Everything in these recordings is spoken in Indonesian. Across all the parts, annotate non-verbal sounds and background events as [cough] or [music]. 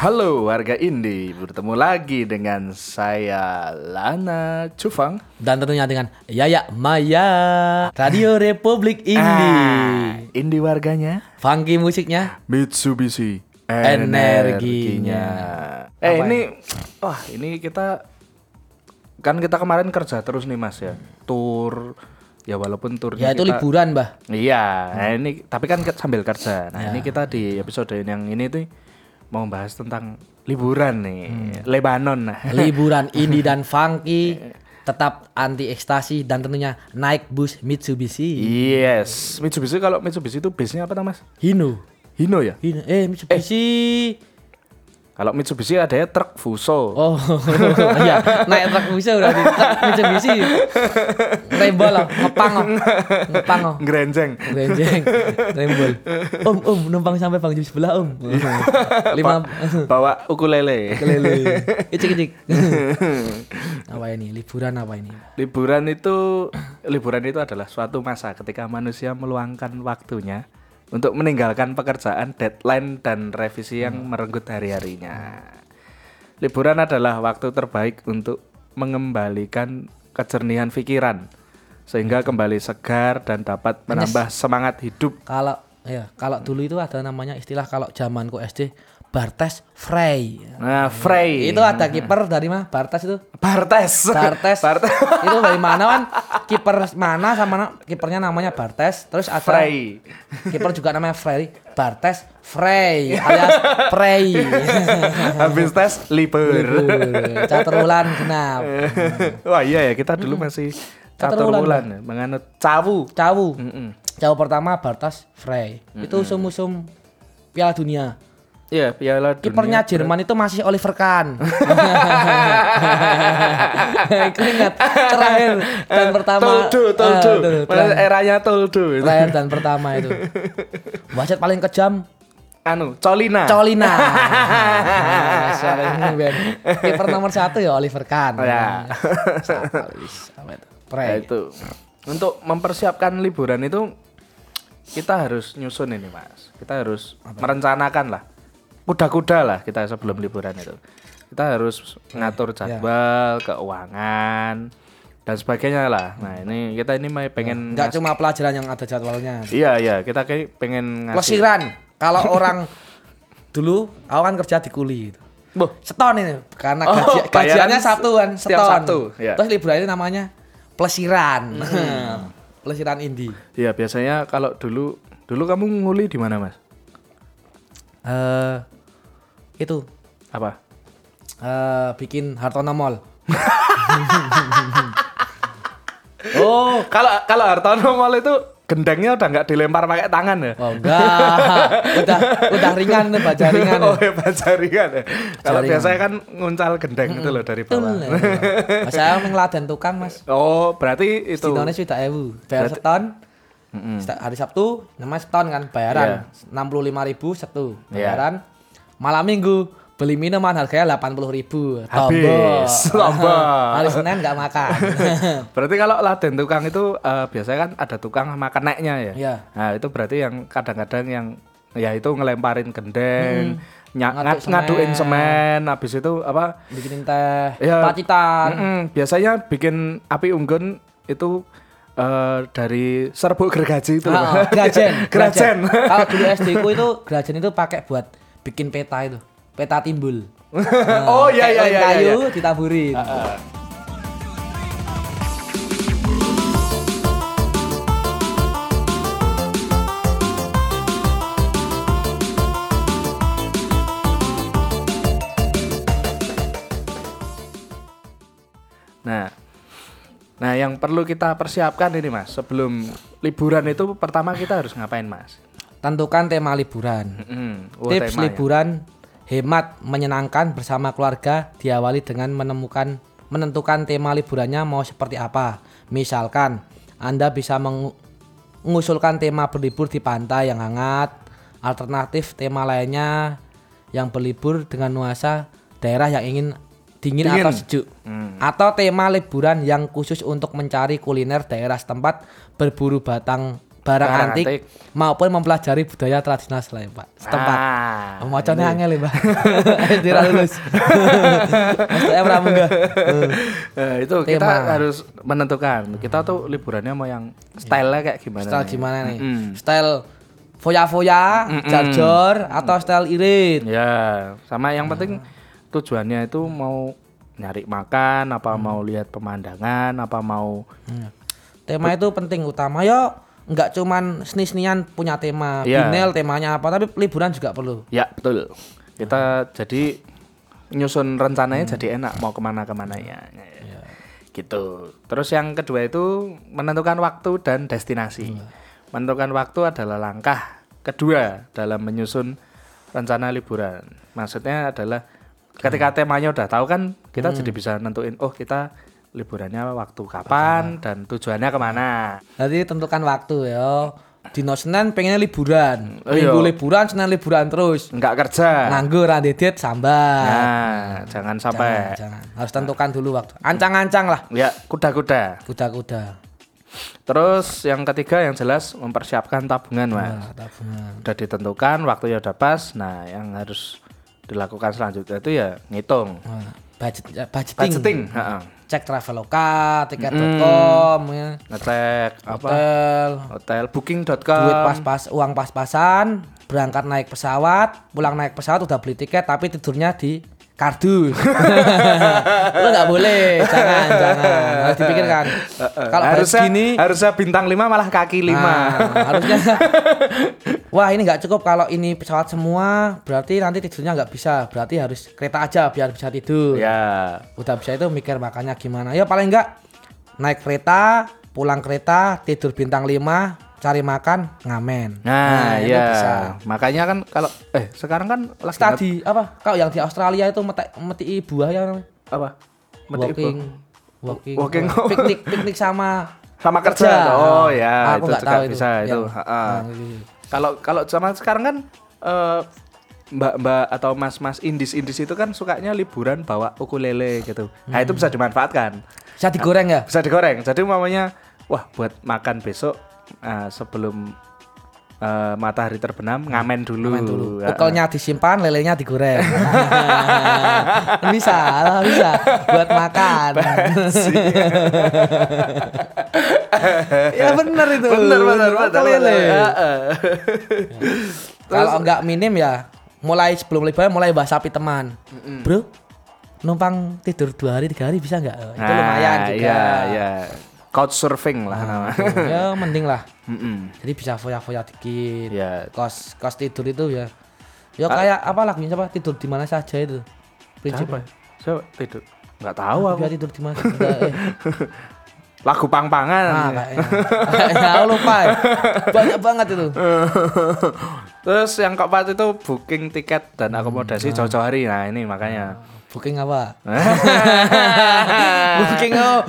Halo warga indie, bertemu lagi dengan saya Lana Cufang. Dan tentunya dengan Yaya Maya Radio Republik Ah, Indi indie warganya Funky musiknya Mitsubishi Energinya. Eh ini, wah ini kita kan kita kemarin kerja terus nih Mas ya, tour ya walaupun Ya turnya itu kita- liburan bah Iya, nah ini tapi kan ke- sambil kerja. Nah, ini kita di episode yang ini tuh mau bahas tentang liburan nih, Lebanon. Nah. Liburan Indi dan Funky Tetap anti ekstasi dan tentunya naik bus Mitsubishi Yes, Mitsubishi kalau Mitsubishi itu base-nya apa nama Mas? Hino Hino ya? Hino Eh Mitsubishi Kalau Mitsubishi ada ya truk Fuso. Oh [laughs] iya naik truk bisa berarti truk Mitsubishi Rembol loh ngepang loh Ngepang loh Grenjeng. Renjeng, rembol. Om, om, numpang sampai Bang Jum sebelah, om. Lima [laughs] Bawa ukulele. kelele. [laughs] Icik, [laughs] icik. apa ini? Liburan apa ini? Liburan itu liburan itu adalah suatu masa ketika manusia meluangkan waktunya untuk meninggalkan pekerjaan, deadline dan revisi yang merenggut hari-harinya. Liburan adalah waktu terbaik untuk mengembalikan kejernihan pikiran sehingga kembali segar dan dapat menambah semangat hidup. Kalau ya, kalau dulu itu ada namanya istilah kalau zamanku SD Bartes Frey. Nah, Frey. Itu ada kiper dari mana? Bartes [laughs] itu. Bartes. Bartes. Bartes. [laughs] itu dari mana kan? Kiper mana sama na- kipernya namanya Bartes. Terus ada Frey. kiper juga namanya Frey. Bartes [laughs] Frey alias Frey. Habis tes libur. [laughs] Betul. Catur ulan genap. [laughs] Wah iya ya kita dulu masih Catur catur wulan, bulan menganut cawu. Cawu. Cawu pertama Bartas Frey. Itu musim-musim Piala Dunia. Iya, piala dunia. [laughs] Kipernya Jerman itu masih Oliver Kahn. [laughs] Aku ingat terakhir dan pertama. Eh, Toldo, Toldo. Eh, betul, Mas- terakhir- eranya Toldo. itu. Terakhir dan pertama itu. Wasit paling kejam Anu, Colina. [laughs] Colina. Nah, siapa ini, Ben? Kiper nomor satu ya Oliver Kahn. Ya. Siapa, wis, apa itu? Ya, Frey. itu. Untuk mempersiapkan liburan itu kita harus nyusun ini, Mas. Kita harus merencanakan lah. Kuda-kuda lah kita sebelum liburan itu. Kita harus ngatur Ya. jadwal, keuangan dan sebagainya lah. Nah, ini kita ini mau pengen Enggak cuma pelajaran yang ada jadwalnya. Iya iya kita kayak pengen ngasih. Plesiran. Kalau [laughs] orang dulu aku kan kerja di kuli gitu. Boh, Seton ini karena Oh, gaji, bayaran gajiannya se- satuan, setiap seton. Sabtu, ya. Hmm. Terus liburan itu namanya plesiran. [laughs] plesiran indi. iya biasanya kalau dulu dulu kamu nguli di mana mas? Eh itu Apa? eh bikin Hartono Mall. oh, [laughs] Kalau kalau Hartono Mall itu gendengnya udah nggak dilempar pakai tangan ya? oh [laughs] enggak. udah udah ringan tuh baca ringan. oh ya Pak jaringan ya. Kalau Jaringan. biasanya kan nguncal gendeng itu loh dari Betul. bawah. Mas, Nah, saya mengeladen tukang, Mas. Oh berarti itu. Setahunnya sudah ewu. Bayar seton. Seta- Hari Sabtu namanya seton kan bayaran enam puluh lima ribu satu Iya. bayaran malam minggu beli minuman harganya delapan puluh ribu Habis. Tombol. hari Senin nggak [laughs] makan Berarti kalau laden tukang itu eh, biasanya kan ada tukang sama keneknya ya. Iya. Nah, itu berarti yang kadang-kadang yang ya itu ngelemparin gendeng, nyak- Ngaduk ngad- semen. ngaduin semen, habis itu apa? bikinin teh Iya. pacitan Mm-mm. biasanya bikin api unggun itu eh, dari serbuk gergaji itu. loh. Ah, ah, [laughs] grajen Grajen. kalau dulu SD ku itu grajen itu pakai buat bikin peta itu peta timbul [laughs] oh iya iya Kayak iya. kayu iya. ditaburin Nah. Nah, yang perlu kita persiapkan ini Mas, sebelum liburan itu pertama kita harus ngapain Mas? tentukan tema liburan Mm-mm. Oh, Tips temanya. liburan hemat, menyenangkan bersama keluarga diawali dengan menemukan menentukan tema liburannya mau seperti apa. Misalkan, Anda bisa mengu- mengusulkan tema berlibur di pantai yang hangat, alternatif tema lainnya yang berlibur dengan nuansa daerah yang ingin Dingin. dingin, Hmm. atau sejuk. Atau tema liburan yang khusus untuk mencari kuliner daerah setempat, berburu batang barang, Barang antik, antik. maupun mempelajari budaya tradisional setempat. Setempat. Ah, Oh, Macamnya angel ya, Pak. [laughs] SD ra [laughs] lulus. Maksudnya pramuga. eh, itu kita Tema. harus menentukan. Kita tuh liburannya mau yang style-nya kayak gimana? Iya. Style nih? gimana nih? Mm-mm. Style foya-foya, Hmm, jor-jor atau style irit? Ya, sama yang Iya. penting tujuannya itu mau nyari makan, apa Hmm. mau lihat pemandangan, apa mau Tema itu penting utama yo. Enggak cuman seni-senian punya tema, Iya. Binel temanya apa, tapi liburan juga perlu. Ya betul. Kita jadi nyusun rencananya jadi enak mau kemana kemana Hmm. ya. Gitu. Terus yang kedua itu menentukan waktu dan destinasi. Menentukan waktu adalah langkah kedua dalam menyusun rencana liburan. Maksudnya adalah ketika temanya udah tahu kan kita jadi bisa nentuin oh kita liburannya waktu kapan dan tujuannya kemana. Jadi tentukan waktu yo. Dino Senin pengennya liburan, Iya. minggu liburan, Senin liburan terus. Enggak kerja. Nganggur, randedet, sambat. Nah, jangan sampai Jangan, harus tentukan dulu waktu. Ancang-ancang lah, ya kuda-kuda. kuda-kuda. Terus yang ketiga yang jelas mempersiapkan tabungan mas. Nah, tabungan. Udah ditentukan waktunya udah pas. Nah yang harus dilakukan selanjutnya itu ya ngitung. Nah, budget, eh, budgeting. Budgeting, heeh. Cek Traveloka, tiket.com, ya. ngecek apa hotel, hotel duit booking.com. pas-pas, uang pas-pasan, berangkat naik pesawat, pulang naik pesawat udah beli tiket tapi tidurnya di [laughs] kardus. Lo nggak boleh, jangan, jangan. Harus dipikirkan. Kalau harus Eh, harusnya, gini, harusnya bintang 5 malah kaki 5 Nah, [laughs] harusnya wah ini nggak cukup kalau ini pesawat semua berarti nanti tidurnya nggak bisa berarti harus kereta aja biar bisa tidur Ya udah bisa itu mikir makanya gimana ya paling nggak naik kereta pulang kereta tidur bintang 5 cari makan ngamen Nah, ini ya bisa makanya kan kalau eh sekarang kan lagi tadi apa kalau yang di Australia itu meti, meti ibu ya namanya? apa Metik walking ibu. walking, Walking. [laughs] piknik piknik sama sama kerja. Oh ya aku itu nggak juga tahu bisa itu. Yang- Ha-ha. Nah, gitu. Kalau kalau zaman sekarang kan eh, mbak-mbak atau mas-mas indis-indis itu kan sukanya liburan bawa ukulele gitu. Nah itu bisa Hmm. dimanfaatkan, bisa digoreng ya bisa digoreng. Jadi mamanya wah buat makan besok eh, sebelum eh, matahari terbenam ngamen dulu. Main Hmm. dulu. Oh, Ya. Ukelnya disimpan, lelenya [laughs] digoreng. bisa, lah, bisa buat makan. ya bener itu. Bener bener Ukel bener. lele. bener. Heeh. Kalau nggak minim ya, mulai sebelum liburan mulai bahas sapi teman. Bro, numpang tidur dua hari tiga hari bisa nggak? Oh, Itu lumayan Nah, juga. Iya iya. Couch surfing lah namanya. [laughs] ya mending lah. Mm-mm. Jadi bisa foya-foya dikit. Ya. Eh, Kos kos tidur itu ya. Ya Ah. kayak apa lagunya siapa? Tidur di mana saja itu. Prinsipnya. Apa? Coba tidur. Nggak tahu aku. Biar tidur di [laughs] mana? Enggak, eh. Lagu pang-pangan. Ah, kayaknya. Kayaknya [laughs] aku lupa. ya. Banyak banget itu. Terus yang keempat itu booking tiket dan Hmm, akomodasi jauh-jauh hari. Nah, ini [laughs] makanya. Booking apa? [laughs] booking oh,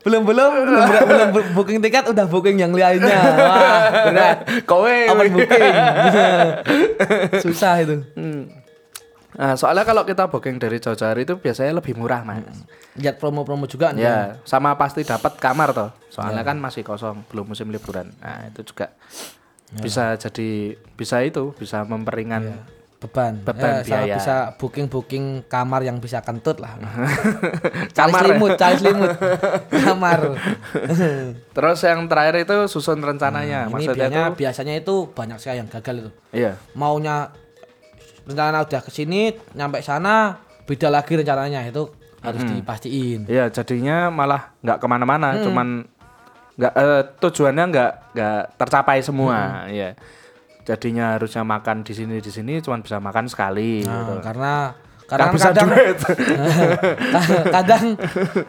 belum belum belum belum, belum booking tiket udah booking yang lainnya. Wah, berat. Kowe. Open booking. [laughs] Susah itu. Hmm. Nah, soalnya kalau kita booking dari jauh-jauh hari itu biasanya lebih murah, Mas. Hmm. Lihat promo-promo Ya, juga nih. sama pasti dapat kamar toh. Soalnya Iya. kan masih kosong, belum musim liburan. Nah, itu juga Iya. bisa jadi bisa itu, bisa [laughs] memperingan beban, Beban Eh, sama biaya. bisa booking booking kamar yang bisa kentut lah cari Kamar ya? selimut cari [laughs] selimut kamar Terus yang terakhir itu susun rencananya. Nah, Hmm, ini Maksudnya biasanya itu biasanya itu banyak sekali yang gagal itu Iya. maunya rencana udah kesini nyampe sana beda lagi rencananya itu harus Hmm. dipastiin Iya, jadinya malah nggak Hmm. kemana-mana, cuman nggak eh, tujuannya nggak nggak tercapai Hmm. semua, Iya. Jadinya harusnya makan di sini di sini, cuman bisa makan sekali. gitu. Nah, karena Nggak karena bisa kadang [laughs] duit. [laughs] kadang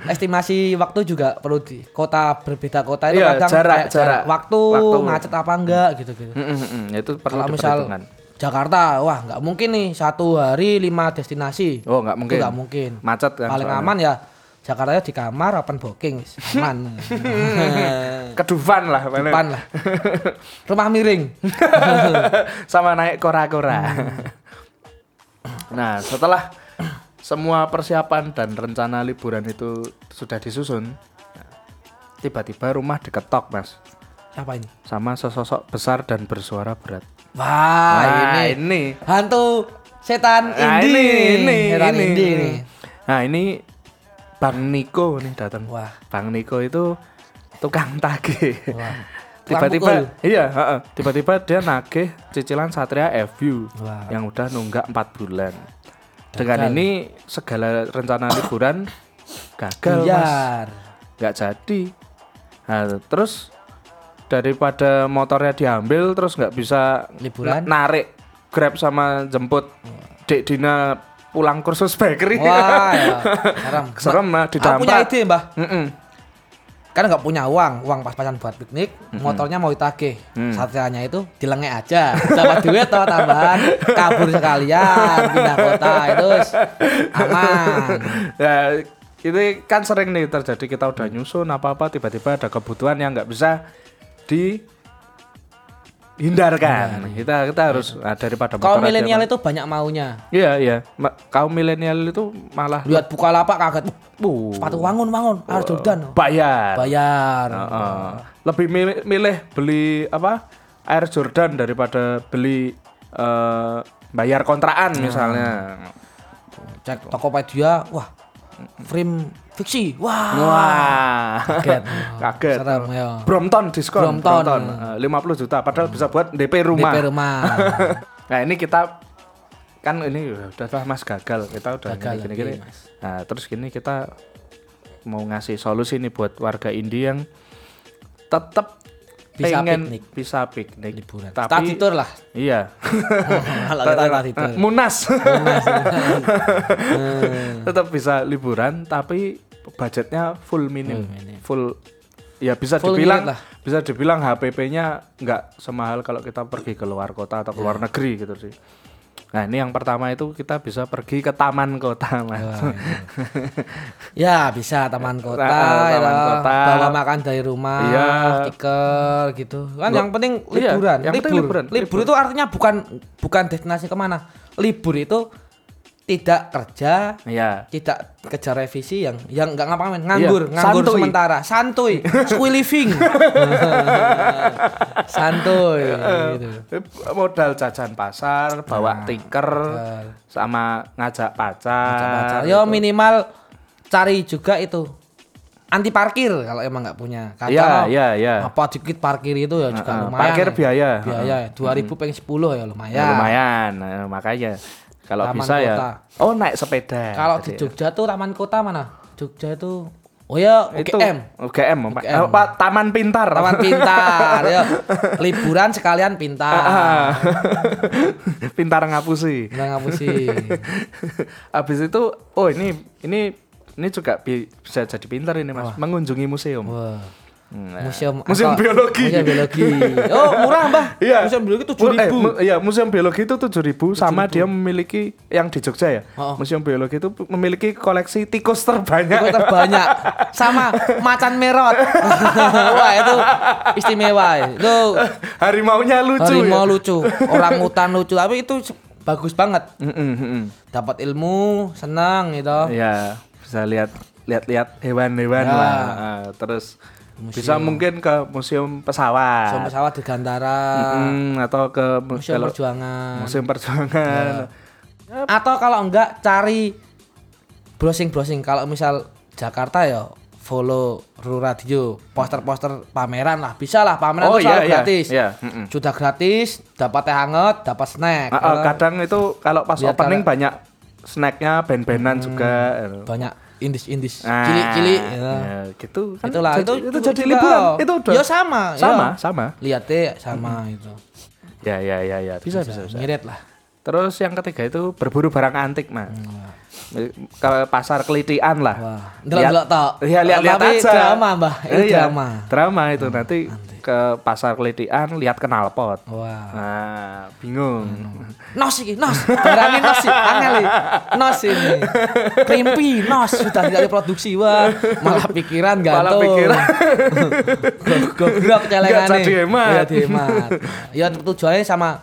estimasi waktu juga perlu di kota berbeda kota itu Iya, kadang jarak, kayak jarak. waktu, Waktu. macet apa enggak gitu-gitu Mm, mm, mm, itu perlu kalau misal diperhitungkan. Jakarta wah nggak mungkin nih satu hari lima destinasi Oh, nggak mungkin. itu nggak mungkin Macet kan. paling soalnya. aman ya Jakarta di kamar open booking wis. [laughs] aman Kedufan lah, paling. [laughs] depan lah rumah miring sama naik kora-kora. Hmm. [laughs] nah, setelah semua persiapan dan rencana liburan itu sudah disusun, tiba-tiba rumah diketok, Mas. Apa ini? sama sesosok besar dan bersuara berat. Wah, Nah, ini. ini. Hantu setan Nah, indi. ini, kan setan ini, indi ini. nih. Nah, ini Bang Niko nih datang. Wah. Bang Niko itu tukang tagih. Wah. Tukang [laughs] Tiba-tiba iya, heeh. tiba-tiba dia nagih cicilan Satria FU Wah. yang udah nunggak 4 bulan. Dengan ini segala rencana liburan gagal, Mas. Biar. nggak jadi nah, terus daripada motornya diambil terus nggak bisa Liburan. Iya. na- narik grab sama jemput dek Dina pulang kursus bakery Wah, ya. serem. serem lah Aku punya didampak ide, Mbah. [laughs] Mm-mm. Kan nggak punya uang, uang pas-pasan buat piknik, motornya mau ditagih. Mm. Satrianya itu dilengek aja. Dapat duit toh tambahan, kabur sekalian, pindah kota itu wis aman. Nah, ini kan sering nih terjadi kita udah nyusun apa apa tiba-tiba ada kebutuhan yang nggak bisa dihindarkan kita kita harus nah, daripada Kalau motor aja, milenial Mas. itu banyak maunya. iya iya Ma- kaum milenial itu malah Lihat buka lapak kaget. Bu. "Wuh, Sepatu wangun wangun, harus Jordan. bayar. Bayar. Heeh. Nah. Lebih milih, milih beli apa? Air Jordan daripada beli eh, bayar Nah. kontrakan misalnya. Cek Tokopedia, wah. Frame fiksi. Wah. Wah. Ah. Kaget. [laughs] Kaget. Serem, ya. Brompton diskon Brompton. Eh, 50 juta padahal bisa buat DP rumah. DP rumah. [laughs] Nah, ini kita kan ini udah lah Mas gagal. Kita udah Gagal gini, lagi, gini, gini. Mas. Nah, terus gini kita mau ngasih solusi nih buat warga Indi yang tetap Bisa pengen piknik. bisa piknik liburan. Tapi, Tapi Staditur [laughs] lah. iya. Kalau kita staditur. [laughs] Munas. [laughs] Hmm. tetap bisa liburan tapi budgetnya full minim. Full ya bisa Full dibilang limit lah. bisa dibilang HPP-nya nggak semahal kalau kita pergi ke luar kota atau ke luar negeri gitu sih. Nah, ini yang pertama itu kita bisa pergi ke taman kota, Mas. Ya bisa taman kota, Ah, ya taman toh. kota. bawa makan dari rumah, Iya. stiker gitu. Kan yang penting Iya, liburan. yang penting libur. liburan, libur. itu artinya bukan bukan destinasi kemana. Libur itu tidak kerja, [laughs] Iya. tidak kejar revisi yang yang nggak ngapa-ngapain, nganggur, Iya, nganggur santuy. sementara, santuy, squee [laughs] living, santuy. gitu. Eh, modal jajan pasar, bawa tiker sama ngajak pacar. pacar. Ah, Yo minimal cari juga itu anti parkir kalau emang nggak punya. Kata Iya, lo, iya, iya. Apa dikit parkir itu ya juga Heeh, lumayan. parkir ya. biaya. Biaya dua ribu peng sepuluh ya lumayan. Ya, lumayan eh, makanya kalau Taman bisa ya kota. oh naik sepeda Kalau di Jogja tuh taman kota mana? Jogja itu oh ya itu UGM. UGM, Pak. Eh, Apa, taman pintar [laughs] Taman pintar, ya. Liburan sekalian pintar. Ah, [laughs] pintar ngapusi Nggak ngapusi. habis itu oh ini ini ini juga bi- bisa jadi pintar ini mas mengunjungi museum Wah. Nah. Museum, Museum apa? biologi. Museum biologi. Oh murah mbah. Iya. Museum biologi Mu- tujuh eh, ribu. mu- iya, Museum Biologi itu 7000 sama dia memiliki yang di Jogja ya. Oh. Museum Biologi itu memiliki koleksi tikus terbanyak. Kue terbanyak sama macan merot. [laughs] Wah itu istimewa. eh. Itu [laughs] Harimaunya lucu. harimau ya? lucu, orang hutan lucu. Tapi itu se- bagus banget. Mm-mm, mm-mm. Dapat ilmu, senang gitu. Ya, bisa lihat lihat-lihat hewan-hewan Ya. lah. Eh, terus bisa mungkin ke museum pesawat. Sama pesawat di Gantara, Mm, atau ke mu- museum kalau- perjuangan. Ya. museum perjuangan. Atau kalau enggak cari browsing-browsing. Kalau misal Jakarta ya follow Ru Radio, poster-poster pameran lah. Bisa lah pameran Oh, itu selalu iya, iya, gratis. iya. Mm-mm. Sudah gratis, dapat teh hangat, dapat snack. gitu kan. Ah, ah, kadang itu kalau pas Lihat opening kalau- banyak snacknya band-bandan juga. gitu. banyak indis-indis Ah, cilik-cilik ya. ya, gitu kan itulah jadi- itu itu jadi juga. liburan itu udah ya sama ya. sama sama lihatnya sama itu ya ya ya ya bisa bisa, bisa. ngirit lah terus yang ketiga itu berburu barang antik mas ke pasar kelitian lah Hmm. Wah, delok-delok tok. Iya, lihat-lihat Tapi aja drama, Mbah. Itu Iya, drama. Hmm, drama itu nanti ke pasar kelitian lihat knalpot wah Hmm. nah bingung nos iki nos berani nos sih angel iki. nos ini krimpi nos sudah tidak diproduksi wah malah pikiran Malah gantung [laughs] pikiran. Go- gogrok celengan jadi hemat. ya dihemat ya tujuannya sama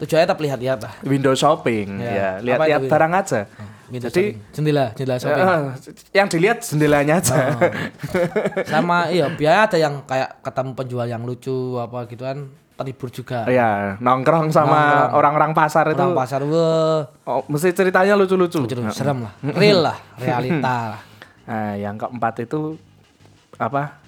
tujuannya tetap lihat-lihat lah window shopping Iya. ya Apa lihat-lihat itu, Wi? barang aja Window Jadi- shopping. Gitu, jendela, jendela shopping. Oh. Eh, yang dilihat jendelanya aja. [laughs] Sama iya, biaya ada yang kayak ketemu penjual yang lucu apa gitu kan, terhibur juga. ya, nongkrong sama orang-orang pasar itu. Orang pasar weh, Oh, mesti ceritanya lucu-lucu. jadi serem lah, real lah, realita [laughs] lah. Nah, yang keempat itu apa?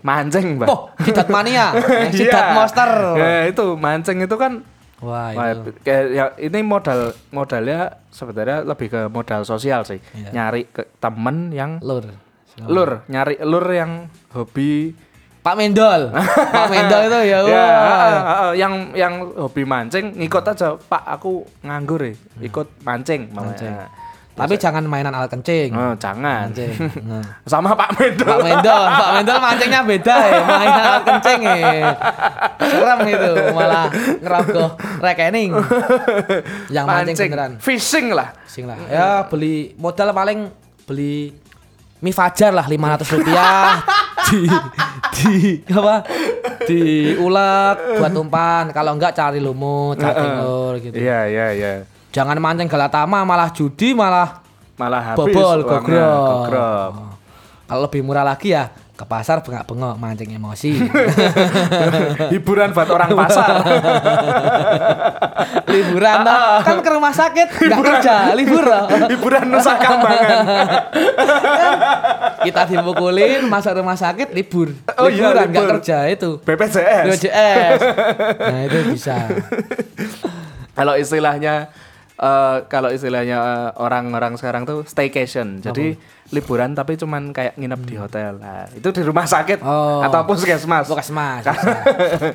Mancing, Mbak. Poh, Sidat [laughs] Mania, Iya. eh, Sidat Monster. Ya, itu mancing itu kan Wah, Wah, itu. kayak ya- ini modal modalnya sebenarnya lebih ke modal sosial sih. Iya. Nyari ke temen yang Lur. Oh. lur, nyari lur yang hobi Pak Mendol. Pak Mendol itu Ya, ya. wah. heeh, heeh, yang yang hobi mancing ngikut Hmm. aja, Pak, aku nganggur ya, ikut mancing mamanya. Tapi jangan mainan alat kencing. Eh, jangan. Kencing. Nah. [laughs] Sama Pak Mendol. Hmm. Pak Mendol, Pak Mendol mancingnya beda ya, mainan alat kencing ya. Serem itu, malah ngerogoh rekening. Yang mancing, beneran. Fishing lah. Sing lah. Ya beli modal paling beli mie fajar lah 500 [laughs] rupiah di di apa diulek buat umpan kalau enggak cari lumut cari lur gitu Iya, iya, iya. jangan mancing galatama malah judi malah Malah habis uangnya, bobol gogrok. [laughs] gogrok. Oh. kalau lebih murah lagi ya ke pasar bengak-bengok mancing emosi [laughs] Hiburan buat orang pasar. liburan toh. [laughs] kan ke rumah sakit nggak kerja libur toh. Hiburan nusa kambangan. kita dipukulin masuk rumah sakit libur Oh iya, liburan nggak libur. kerja itu Iya, BPJS. BPJS. Nah itu bisa. [laughs] Kalau istilahnya eh, kalau istilahnya eh, orang-orang sekarang tuh staycation. Jadi liburan tapi cuman kayak nginep di hotel. Nah, itu di rumah sakit Hmm. Oh. atau puskesmas. Puskesmas. bisa.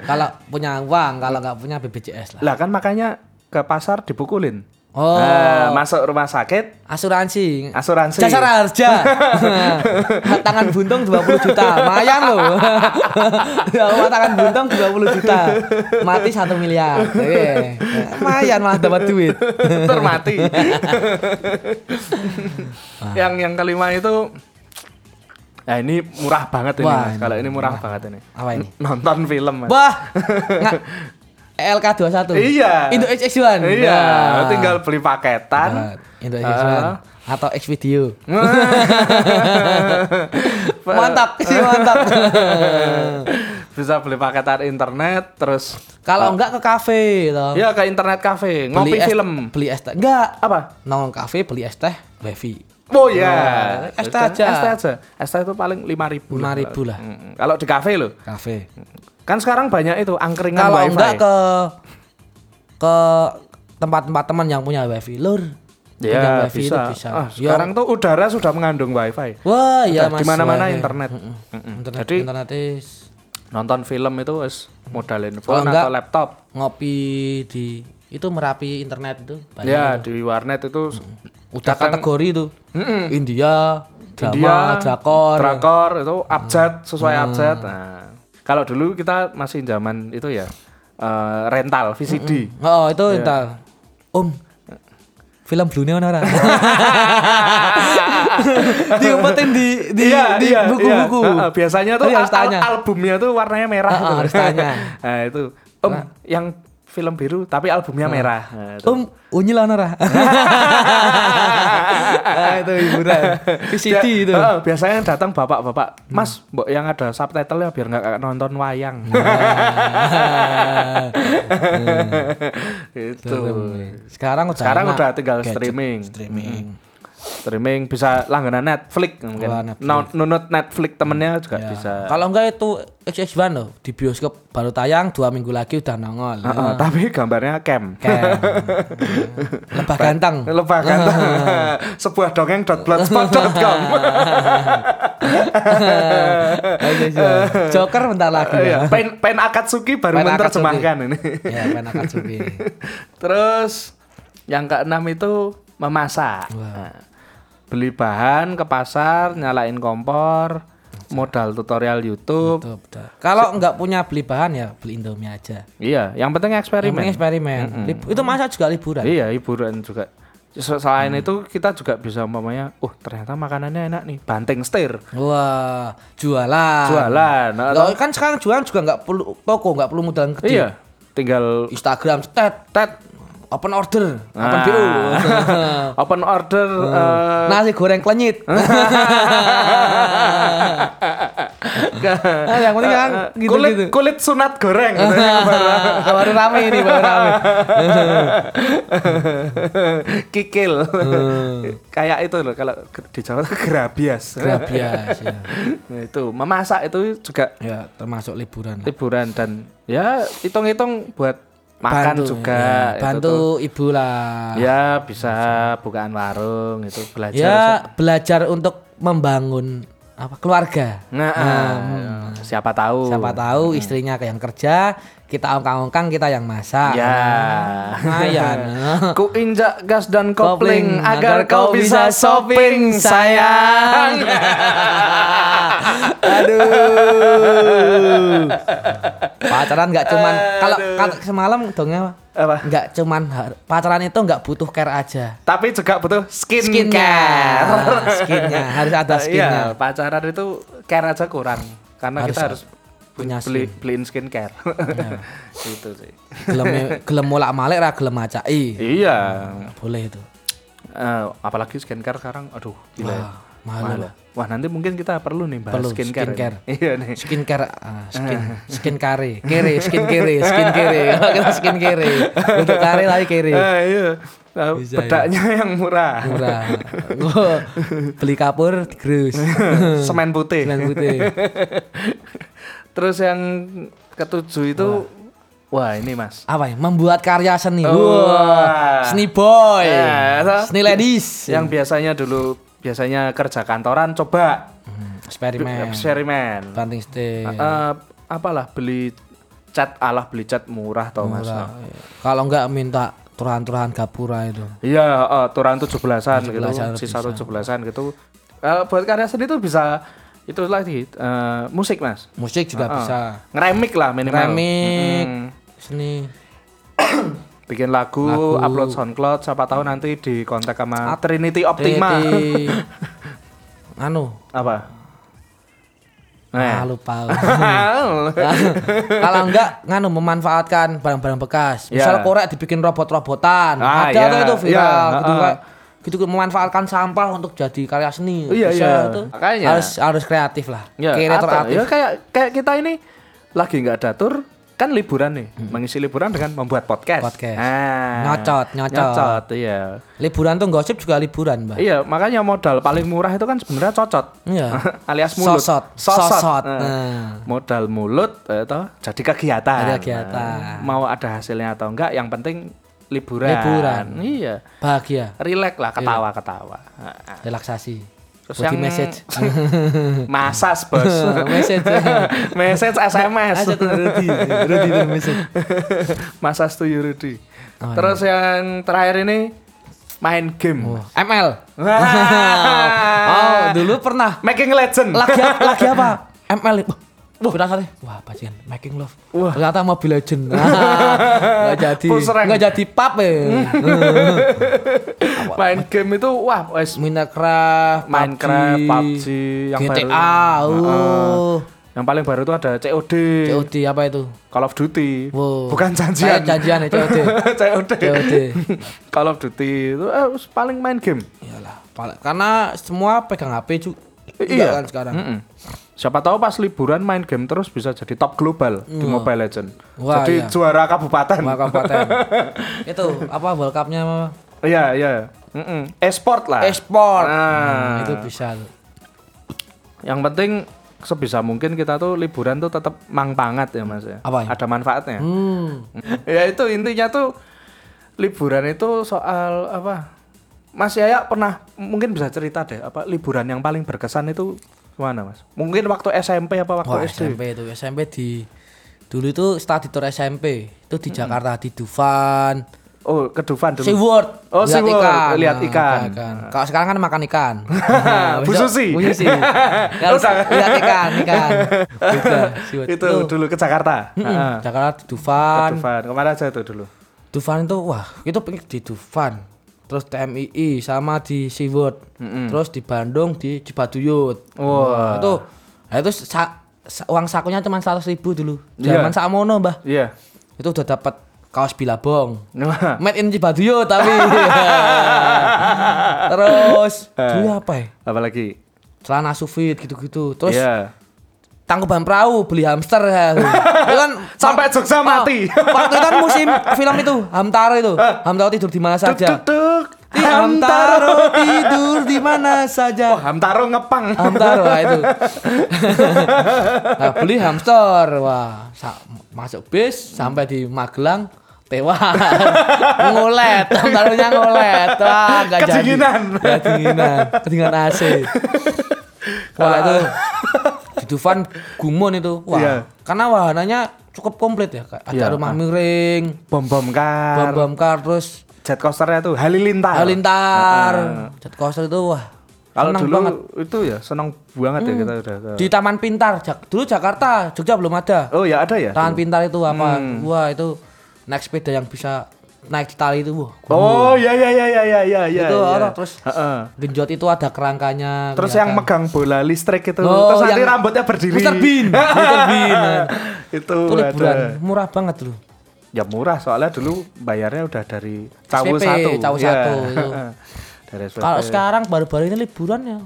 Kalau punya uang, kalau nggak punya BPJS Lah lah. kan makanya ke pasar dipukulin. Oh. Nah, masuk rumah sakit Asuransi. asuransi. Jasa [laughs] harja. tangan buntung 20 juta. Lumayan loh. Kalau tangan buntung 20 juta. Mati 1 miliar. Oke. Lumayan malah dapat duit. [laughs] termati. yang yang kelima itu Nah ini murah banget ini Wah, mas. ini Kalau ini murah banget ini. Apa ini? Nonton film mas. Bah. Nggak. LK21. Iya. Indo Iya. XX1. Nah. Tinggal beli paketan. Nah, Indo XX1 atau X [laughs] video. [laughs] mantap sih mantap Bisa beli paketan internet terus. kalau enggak ke kafe toh Ya ke internet cafe ngopi Oh. beli es- film. beli es teh enggak Apa? nongkrong kafe beli es teh wifi Oh ya. Nah, es teh aja. Es teh aja. Es teh itu paling lima ribu. 5.000 lah. Kalau di kafe loh. kafe Kan sekarang banyak itu angkringan kalau Kan wifi. enggak ke ke tempat-tempat teman yang punya wifi lur punya Ya, wifi bisa. itu bisa Ah, Ya, sekarang tuh udara sudah mengandung wifi. wah ya Udah, di mas mana-mana wifi. internet. Mm-mm. internet Jadi- internet is Nonton film itu es modalin Kalau phone enggak- atau laptop. ngopi di itu merapi internet itu Hmm. banyak Ya, di warnet itu udah kategori itu India India, Drama, Drakor, Hmm. drakor, itu abjad sesuai abjad. Nah, kalau dulu kita masih zaman itu ya eh, rental VCD. Oh itu Iya. entar. Om film Blue Neon [laughs] ora? Diumpetin di di di iya, buku-buku. iya. Heeh, biasanya tuh Jadi harus al- al- tanya. albumnya tuh warnanya merah. Heeh, tuh. harus tanya. [laughs] nah, itu Om yang film biru tapi albumnya merah. Nah, itu. Om unyil ana [laughs] ora? Nah, itu hiburan. VCD Ah, Dia- [laughs] itu. Hmm. Heeh, biasanya datang bapak-bapak, Mas, mbok yang ada subtitlenya biar nggak kayak nonton wayang. Nah, iya. [laughs] itu. Sekarang udah Gitu. Sekarang enak. udah tinggal Gadget, streaming. Hmm. streaming. Streaming bisa langganan Netflix mungkin. Wah, Netflix. No- Nunut Netflix temennya juga Ya. bisa. Kalau enggak itu XX1 loh di bioskop baru tayang dua minggu lagi udah nongol. Heeh, tapi gambarnya cam. [laughs] Kayak lebah ganteng. Lebah ganteng. [laughs] Sebuah dongeng.blogspot.com. Ayo, ayo. gitu, iya. Joker bentar [laughs] lagi. Iya, ya. Pen Pen Akatsuki baru Pen menerjemahkan ini. Ya, Pen Akatsuki. [laughs] Terus yang keenam itu memasak. Nah, Beli bahan ke pasar, nyalain kompor, modal tutorial YouTube. Betul, betul. Kalau nggak punya beli bahan ya beli Indomie aja. Iya, yang penting eksperimen. Ini eksperimen. Libu- Itu masa juga liburan. Iya, hiburan juga. Se- Selain itu kita juga bisa umpamanya, uh ternyata makanannya enak nih, banting setir, Wah, jualan. jualan. Loh, kan sekarang Iya. jualan juga nggak perlu toko, nggak perlu modal yang gede. Iya, tinggal Instagram, tet, Iya. tet Ah. open order, open PO. [laughs] Open order eh, [laughs] Nasi [laughs] goreng klenyit. Nah, yang penting kan kulit gitu-gitu. kulit sunat goreng. [laughs] gitu ya, baru. baru rame ini, baru rame. [laughs] Kikil. Hmm. [laughs] Kayak itu loh kalau ke- di Jawa tuh gerabias. Grabias ya. Nah, itu memasak itu juga Ya, termasuk liburan. lah. liburan dan ya hitung-hitung buat makan Bantu, juga ya. itu bantu tuh. ibu lah. ya bisa bukaan warung itu belajar ya belajar untuk membangun apa keluarga. nah, Hmm. eh, siapa tahu Hmm. Siapa tahu istrinya yang kerja, kita ongkang-ongkang kita yang masak. ya Lumayan. [laughs] ku injak gas dan kopling, Kopling, agar kau bisa shopping [laughs] sayang Aduh. Nah, Pacaran nggak cuman [laughs] kalau kalau semalam dongnya apa? Apa? nggak cuman har- pacaran itu nggak butuh care aja. tapi juga butuh skin Skinnya, care skinnya harus ada skinnya. [laughs] Iya, pacaran itu care aja kurang karena kita harus punya Iya. beli beliin skincare [laughs] itu sih Gelem gelem molak-malik ra gelem acai. iya Boleh itu. Eh, apalagi skincare sekarang aduh gila ya. Wah, mahal. Mahal. wah nanti mungkin kita perlu nih bahas Perlu, skincare, ini. [laughs] skincare. iya nih skincare ah, skin skin kare kiri skin kiri skin [laughs] kiri Kalau kita skin kiri untuk kare lagi kiri Ah, iya Nah, ya. bedaknya yang [laughs] murah murah Gua beli kapur [laughs] digerus semen putih dengan putih terus yang ketujuh itu wah, ini mas apa ya membuat karya seni Oh, Wah. Wah, seni boy Eh, so- seni ladies yang biasanya dulu biasanya kerja kantoran coba Hmm, eksperimen eksperimen banting stick Eh, apalah beli cat alah beli cat murah toh mas Murah. kalau enggak minta turahan-turahan gapura itu iya eh, turan tujuh belasan gitu 17-an sisa tujuh belasan gitu Eh, buat karya seni itu bisa itu lagi eh, musik mas musik juga bisa ngeremik lah Ah, minimal keramik Mm-mm. seni bikin lagu, upload SoundCloud siapa tahu nanti di kontak sama Trinity Optima Titi. [laughs] anu apa [laughs] nah. Ah, lupa. Kalau enggak nganu memanfaatkan barang-barang bekas. Ya. Misal korek dibikin robot-robotan. Ah, Ada ya, tuh itu ya, viral gitu ah. Kak. gitu memanfaatkan sampah untuk jadi karya seni. Iya, Bisa iya. itu. Makanya. Harus harus kreatif lah. ya, Kreator atau- artis. ya kayak kayak kita ini lagi nggak ada tur kan liburan nih mengisi liburan dengan membuat podcast, Hmm. Podcast. Ah. Nyocot, nyocot. nyocot iya Liburan tuh gosip juga liburan, Mbak. iya makanya modal paling murah itu kan sebenarnya cocot Iya. [laughs] alias mulut Sosot. sosot, Sosot. Eh, Nah. modal mulut eh, toh, jadi kegiatan Ada Nah, kegiatan. mau ada hasilnya atau enggak yang penting liburan Liburan. iya Bahagia, Relax lah ketawa ketawa Nah, relaksasi. Terus Body yang- message. [laughs] masas bos [laughs] message. [laughs] message sms Aja [laughs] tuh Rudy, Rudy tuh message. masas tuh Yurudi Oh, iya. terus yang terakhir ini main game Oh, ML. oh, Wah. dulu pernah Nah, making legend lagi apa? lagi [laughs] apa? ML. Wah, berasa deh. Wah, bajingan making love. Wah. Ternyata Mobile [laughs] Legend. Enggak jadi. Full serang. Enggak jadi pub ya. [laughs] main game itu wah wes Minecraft, Minecraft, PUBG, yang GTA. baru. Oh. yang paling baru itu ada COD, COD apa itu? Call of Duty Wow. bukan Saya janjian janjian ya [laughs] COD. COD. COD. [laughs] Call of Duty itu eh, paling main game Iyalah, pala- karena semua pegang HP juga. Iya kan sekarang. Mm-mm. Siapa tahu pas liburan main game terus bisa jadi top global di Mobile Legend. Mm. Wah, jadi iya. juara kabupaten. Wah, kabupaten. itu apa World Cup-nya apa? [laughs] Iya, iya. Mm-mm. E-sport lah. Esport. Nah, Itu bisa. tuh. yang penting sebisa mungkin kita tuh liburan tuh tetap mangpangat ya Mas ya. Apa ya? Ada manfaatnya. [laughs] Hmm. ya itu intinya tuh liburan itu soal apa? Mas Yaya pernah mungkin bisa cerita deh apa liburan yang paling berkesan itu mana Mas? Mungkin waktu SMP apa waktu Wah, SD? SMP itu SMP di dulu itu study tour SMP itu di Jakarta di Dufan Oh, ke Dufan dulu. [laughs] SeaWorld Oh, lihat SeaWorld, lihat Nah, ikan. kalau sekarang kan makan ikan [laughs] Bu Susi. Bu [laughs] Susi Kalau Udah. lihat ikan [laughs] ikan Beda, SeaWorld. itu Ah. Itu, dulu ke Jakarta. mm-mm, Kan. Heeh. Jakarta di Ke Dufan Dufan. Kemana aja itu dulu? Dufan itu wah itu pengen di Dufan terus TMII sama di SeaWorld terus di Bandung di Cibaduyut Wah. itu nah, itu sa- sa- uang sakunya cuma seratus ribu dulu Iya. zaman sakmono mbah Iya. itu udah dapat kaos Bilabong. Wah, Made in Cibaduyut tapi. Terus Eh. dulu apa ya? [laughs] apalagi Celana sufit gitu-gitu. Terus Iya. tangkuban perahu beli hamster [laughs] ya. Itu kan Sampai Jogja Oh, mati. Eh. waktu itu kan musim film itu Hamtaro itu Hamtaro tidur di mana Tuk tuk saja tuk. Di Hamtaro tidur di mana saja Oh, Hamtaro ngepang. [laughs] Hamtaro lah itu Nah, beli hamster wah sa- masuk bis sampai di Magelang tewas ngolet hamtaronya ngolet wah nggak jadi Kedinginan. Ya, kedinginan kedinginan AC wah itu di Dufan Gumun itu wah Iya. karena wahananya cukup komplit ya Kak. ada Iya, rumah miring Bom bom bom kar. bom kar terus Jet coasternya tuh Halilintar. Halilintar, jet coaster itu wah Kalau senang dulu banget. Hmm. itu ya senang banget ya kita udah. di Taman Pintar Jak- dulu Jakarta Jogja belum ada Oh ya ada ya. Taman dulu? Hmm. Pintar itu apa wah itu naik sepeda yang bisa naik di tali itu wah Oh ya ya ya ya ya ya ya. Itu ya. ada, terus Heeh. genjot itu ada kerangkanya Terus kelihatan. yang megang bola listrik itu, Oh, terus nanti yang- rambutnya berdiri. Mr. [laughs] Bean Mr. Bean ya. itu itu liburan ada. murah banget dulu Ya murah soalnya dulu bayarnya udah dari cawu SPP, satu. cawu ya. satu, itu. [laughs] dari SPP. kalau sekarang baru-baru ini liburan ya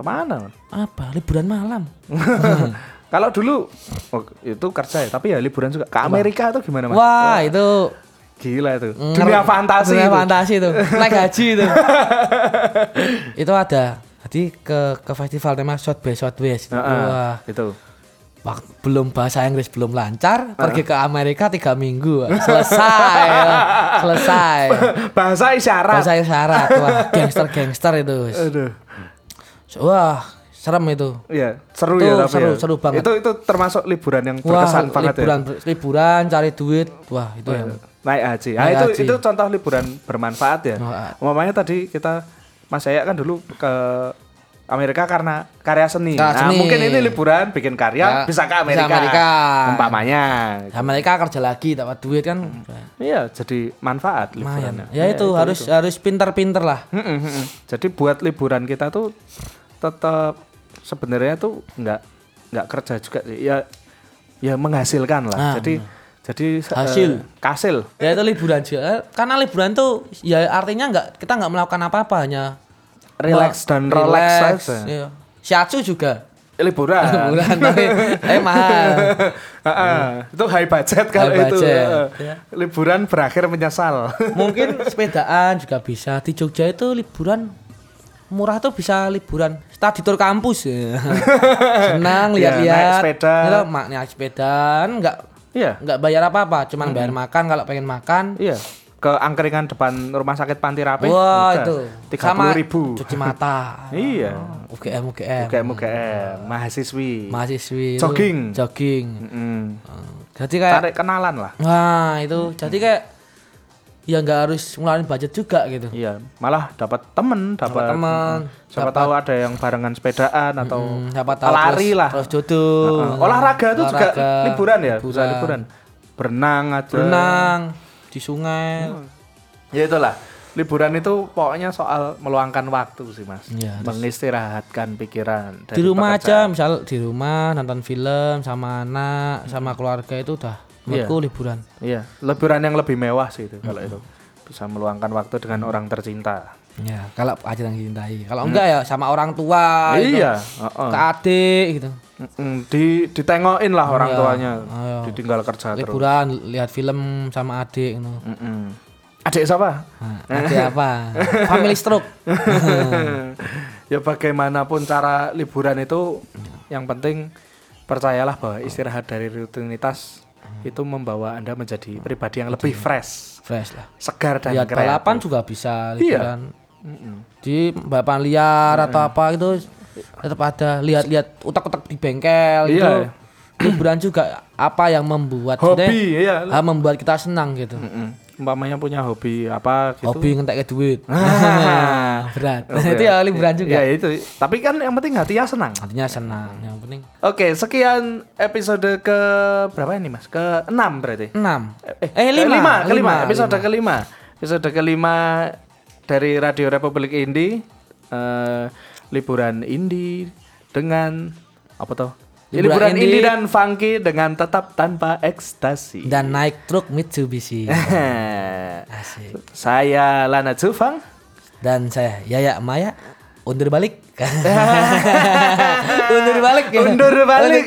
Kemana? apa liburan malam [laughs] Kalau dulu oh, itu kerja ya, tapi ya liburan juga ke Amerika atau gimana mas? wah itu Gila itu. Nger- Dunia fantasi. itu. dunia fantasi itu naik haji [laughs] itu itu ada jadi ke ke festival tema South by Southwest Heeh, gitu. wah itu. wak- belum bahasa Inggris belum lancar Ah. pergi ke Amerika tiga minggu wah. selesai wah. selesai [laughs] Bahasa isyarat. bahasa isyarat wah gangster gangster itu Aduh. wah serem itu Ya, seru Itu ya tapi seru, ya. seru banget. Itu itu termasuk liburan yang wah berkesan banget liburan ya. liburan cari duit wah itu yang Naik haji. Nah, Naik itu haji. itu contoh liburan bermanfaat ya. Bermanfaat. Umpamanya tadi kita Mas saya kan dulu ke Amerika karena karya seni. Karya nah, seni. mungkin ini liburan bikin karya Ya, bisa ke bisa Amerika. Amerika. Umpamanya. Amerika kerja lagi dapat duit kan Iya, jadi manfaat lumayan liburannya. ya, itu harus harus pinter-pinter lah Mm-mm, mm-mm. Jadi buat liburan kita tuh tetap sebenarnya tuh nggak nggak kerja juga sih. Ya ya menghasilkan lah. Ah, jadi jadi eh, Hasil. kasil. ya itu liburan juga Eh, karena liburan tuh ya artinya nggak kita nggak melakukan apa-apa hanya Relax mel- dan relax saja. Eh, iya. shiatsu juga Liburan. [laughs] liburan [laughs] tapi eh mahal Ah, ah. itu high budget kalau High itu. budget, Ah, ah. ya. Liburan berakhir menyesal. [laughs] mungkin sepedaan juga bisa di Jogja itu liburan murah tuh bisa liburan study tour kampus [laughs] senang Iya, naik lihat-lihat sepeda. Gitu, mak- naik sepeda kan nggak Iya. nggak bayar apa-apa cuman bayar makan kalau pengen makan Hmm. Iya. Ke angkringan depan rumah sakit Panti Rapih. wah udah, itu 30 ribu. cuci mata [laughs] Oh. Iya. UGM UGM Kayak UGM, mahasiswi. mahasiswi itu Jogging. jogging Eh, Mm. jadi kayak Tarik Hmm. kenalan lah. wah itu jadi kayak ya nggak harus ngeluarin budget juga gitu Iya, malah dapat temen, dapat teman siapa tahu ada yang barengan sepedaan atau siapa tahu lari Hmm, terus, lah. terus jodoh Heeh. olahraga itu juga Olahraga, liburan ya, bisa liburan. Berenang aja. berenang di sungai Ya itulah. Liburan itu pokoknya soal meluangkan waktu sih, Mas. Iya, terus- Mengistirahatkan pikiran di rumah aja misal di rumah nonton film sama anak sama keluarga itu udah menurutku liburan Iya, liburan yang lebih mewah sih itu kalau itu. Bisa meluangkan waktu dengan orang tercinta. ya kalau aja yang dicintai kalau enggak ya sama orang tua gitu. iya, heeh. ke adik gitu Mm-mm, di ditengokin lah orang tuanya. Ayo. Ditinggal kerja terus. Iya. liburan lihat film sama adik gitu. Mm-mm. Adik siapa? Nah, adik [laughs] apa family stroke ya bagaimanapun cara liburan itu yang penting percayalah bahwa Iya. istirahat dari rutinitas Hmm. itu membawa Anda menjadi pribadi yang lebih fresh, fresh lah segar dan lihat kreatif. Ya, balapan juga bisa Iya. liburan di balapan liar atau apa gitu tetap ada lihat-lihat utak-utak di bengkel gitu Iya. liburan juga apa yang membuat Hobi, kita- iya. ah, membuat kita senang gitu Mm-mm. Umpamanya punya hobi apa [laughs] gitu. hobi ngetek duit Ah. [laughs] berat itu ya liburan juga Ya itu. Tapi kan yang penting hatinya senang. artinya senang yang penting Oke, sekian episode ke berapa ini Mas? Ke 6 berarti. enam Eh, kelima, kelima, episode kelima. Episode kelima dari Radio Republik Indi eh liburan Indi dengan apa toh? Jadi liburan indie dan funky dengan tetap tanpa [laughs] ekstasi. dan naik truk Mitsubishi. Asik. Saya Lana Cufang. Dan saya Yaya Maya undur [laughs] balik. [laughs] undur balik. ya. Undur balik.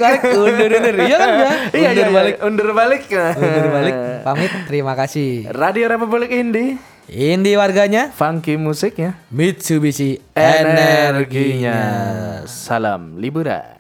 Undur undur. Iya kan ya. [laughs] Iya, Undur iya, balik. iya. Undur balik. Undur balik. Pamit. Terima kasih. [laughs] Radio Republik Indie, Ini warganya funky ya. musiknya, Mitsubishi energinya. energinya. Salam liburan.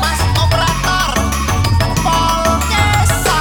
Mas operator Polkesa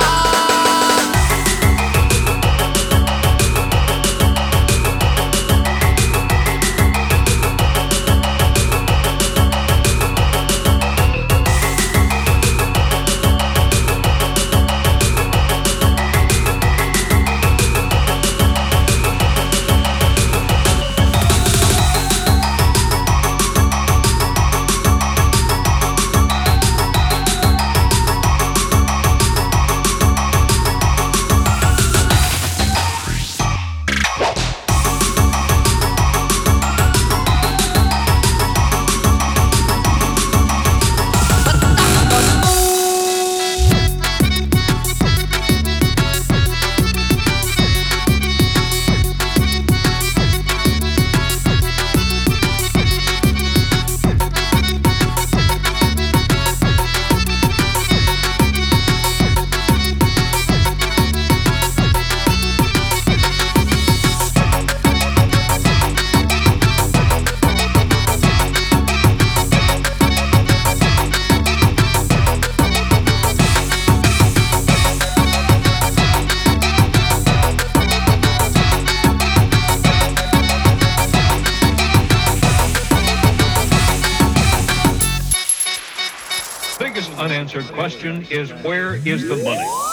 biggest unanswered question is where is the money?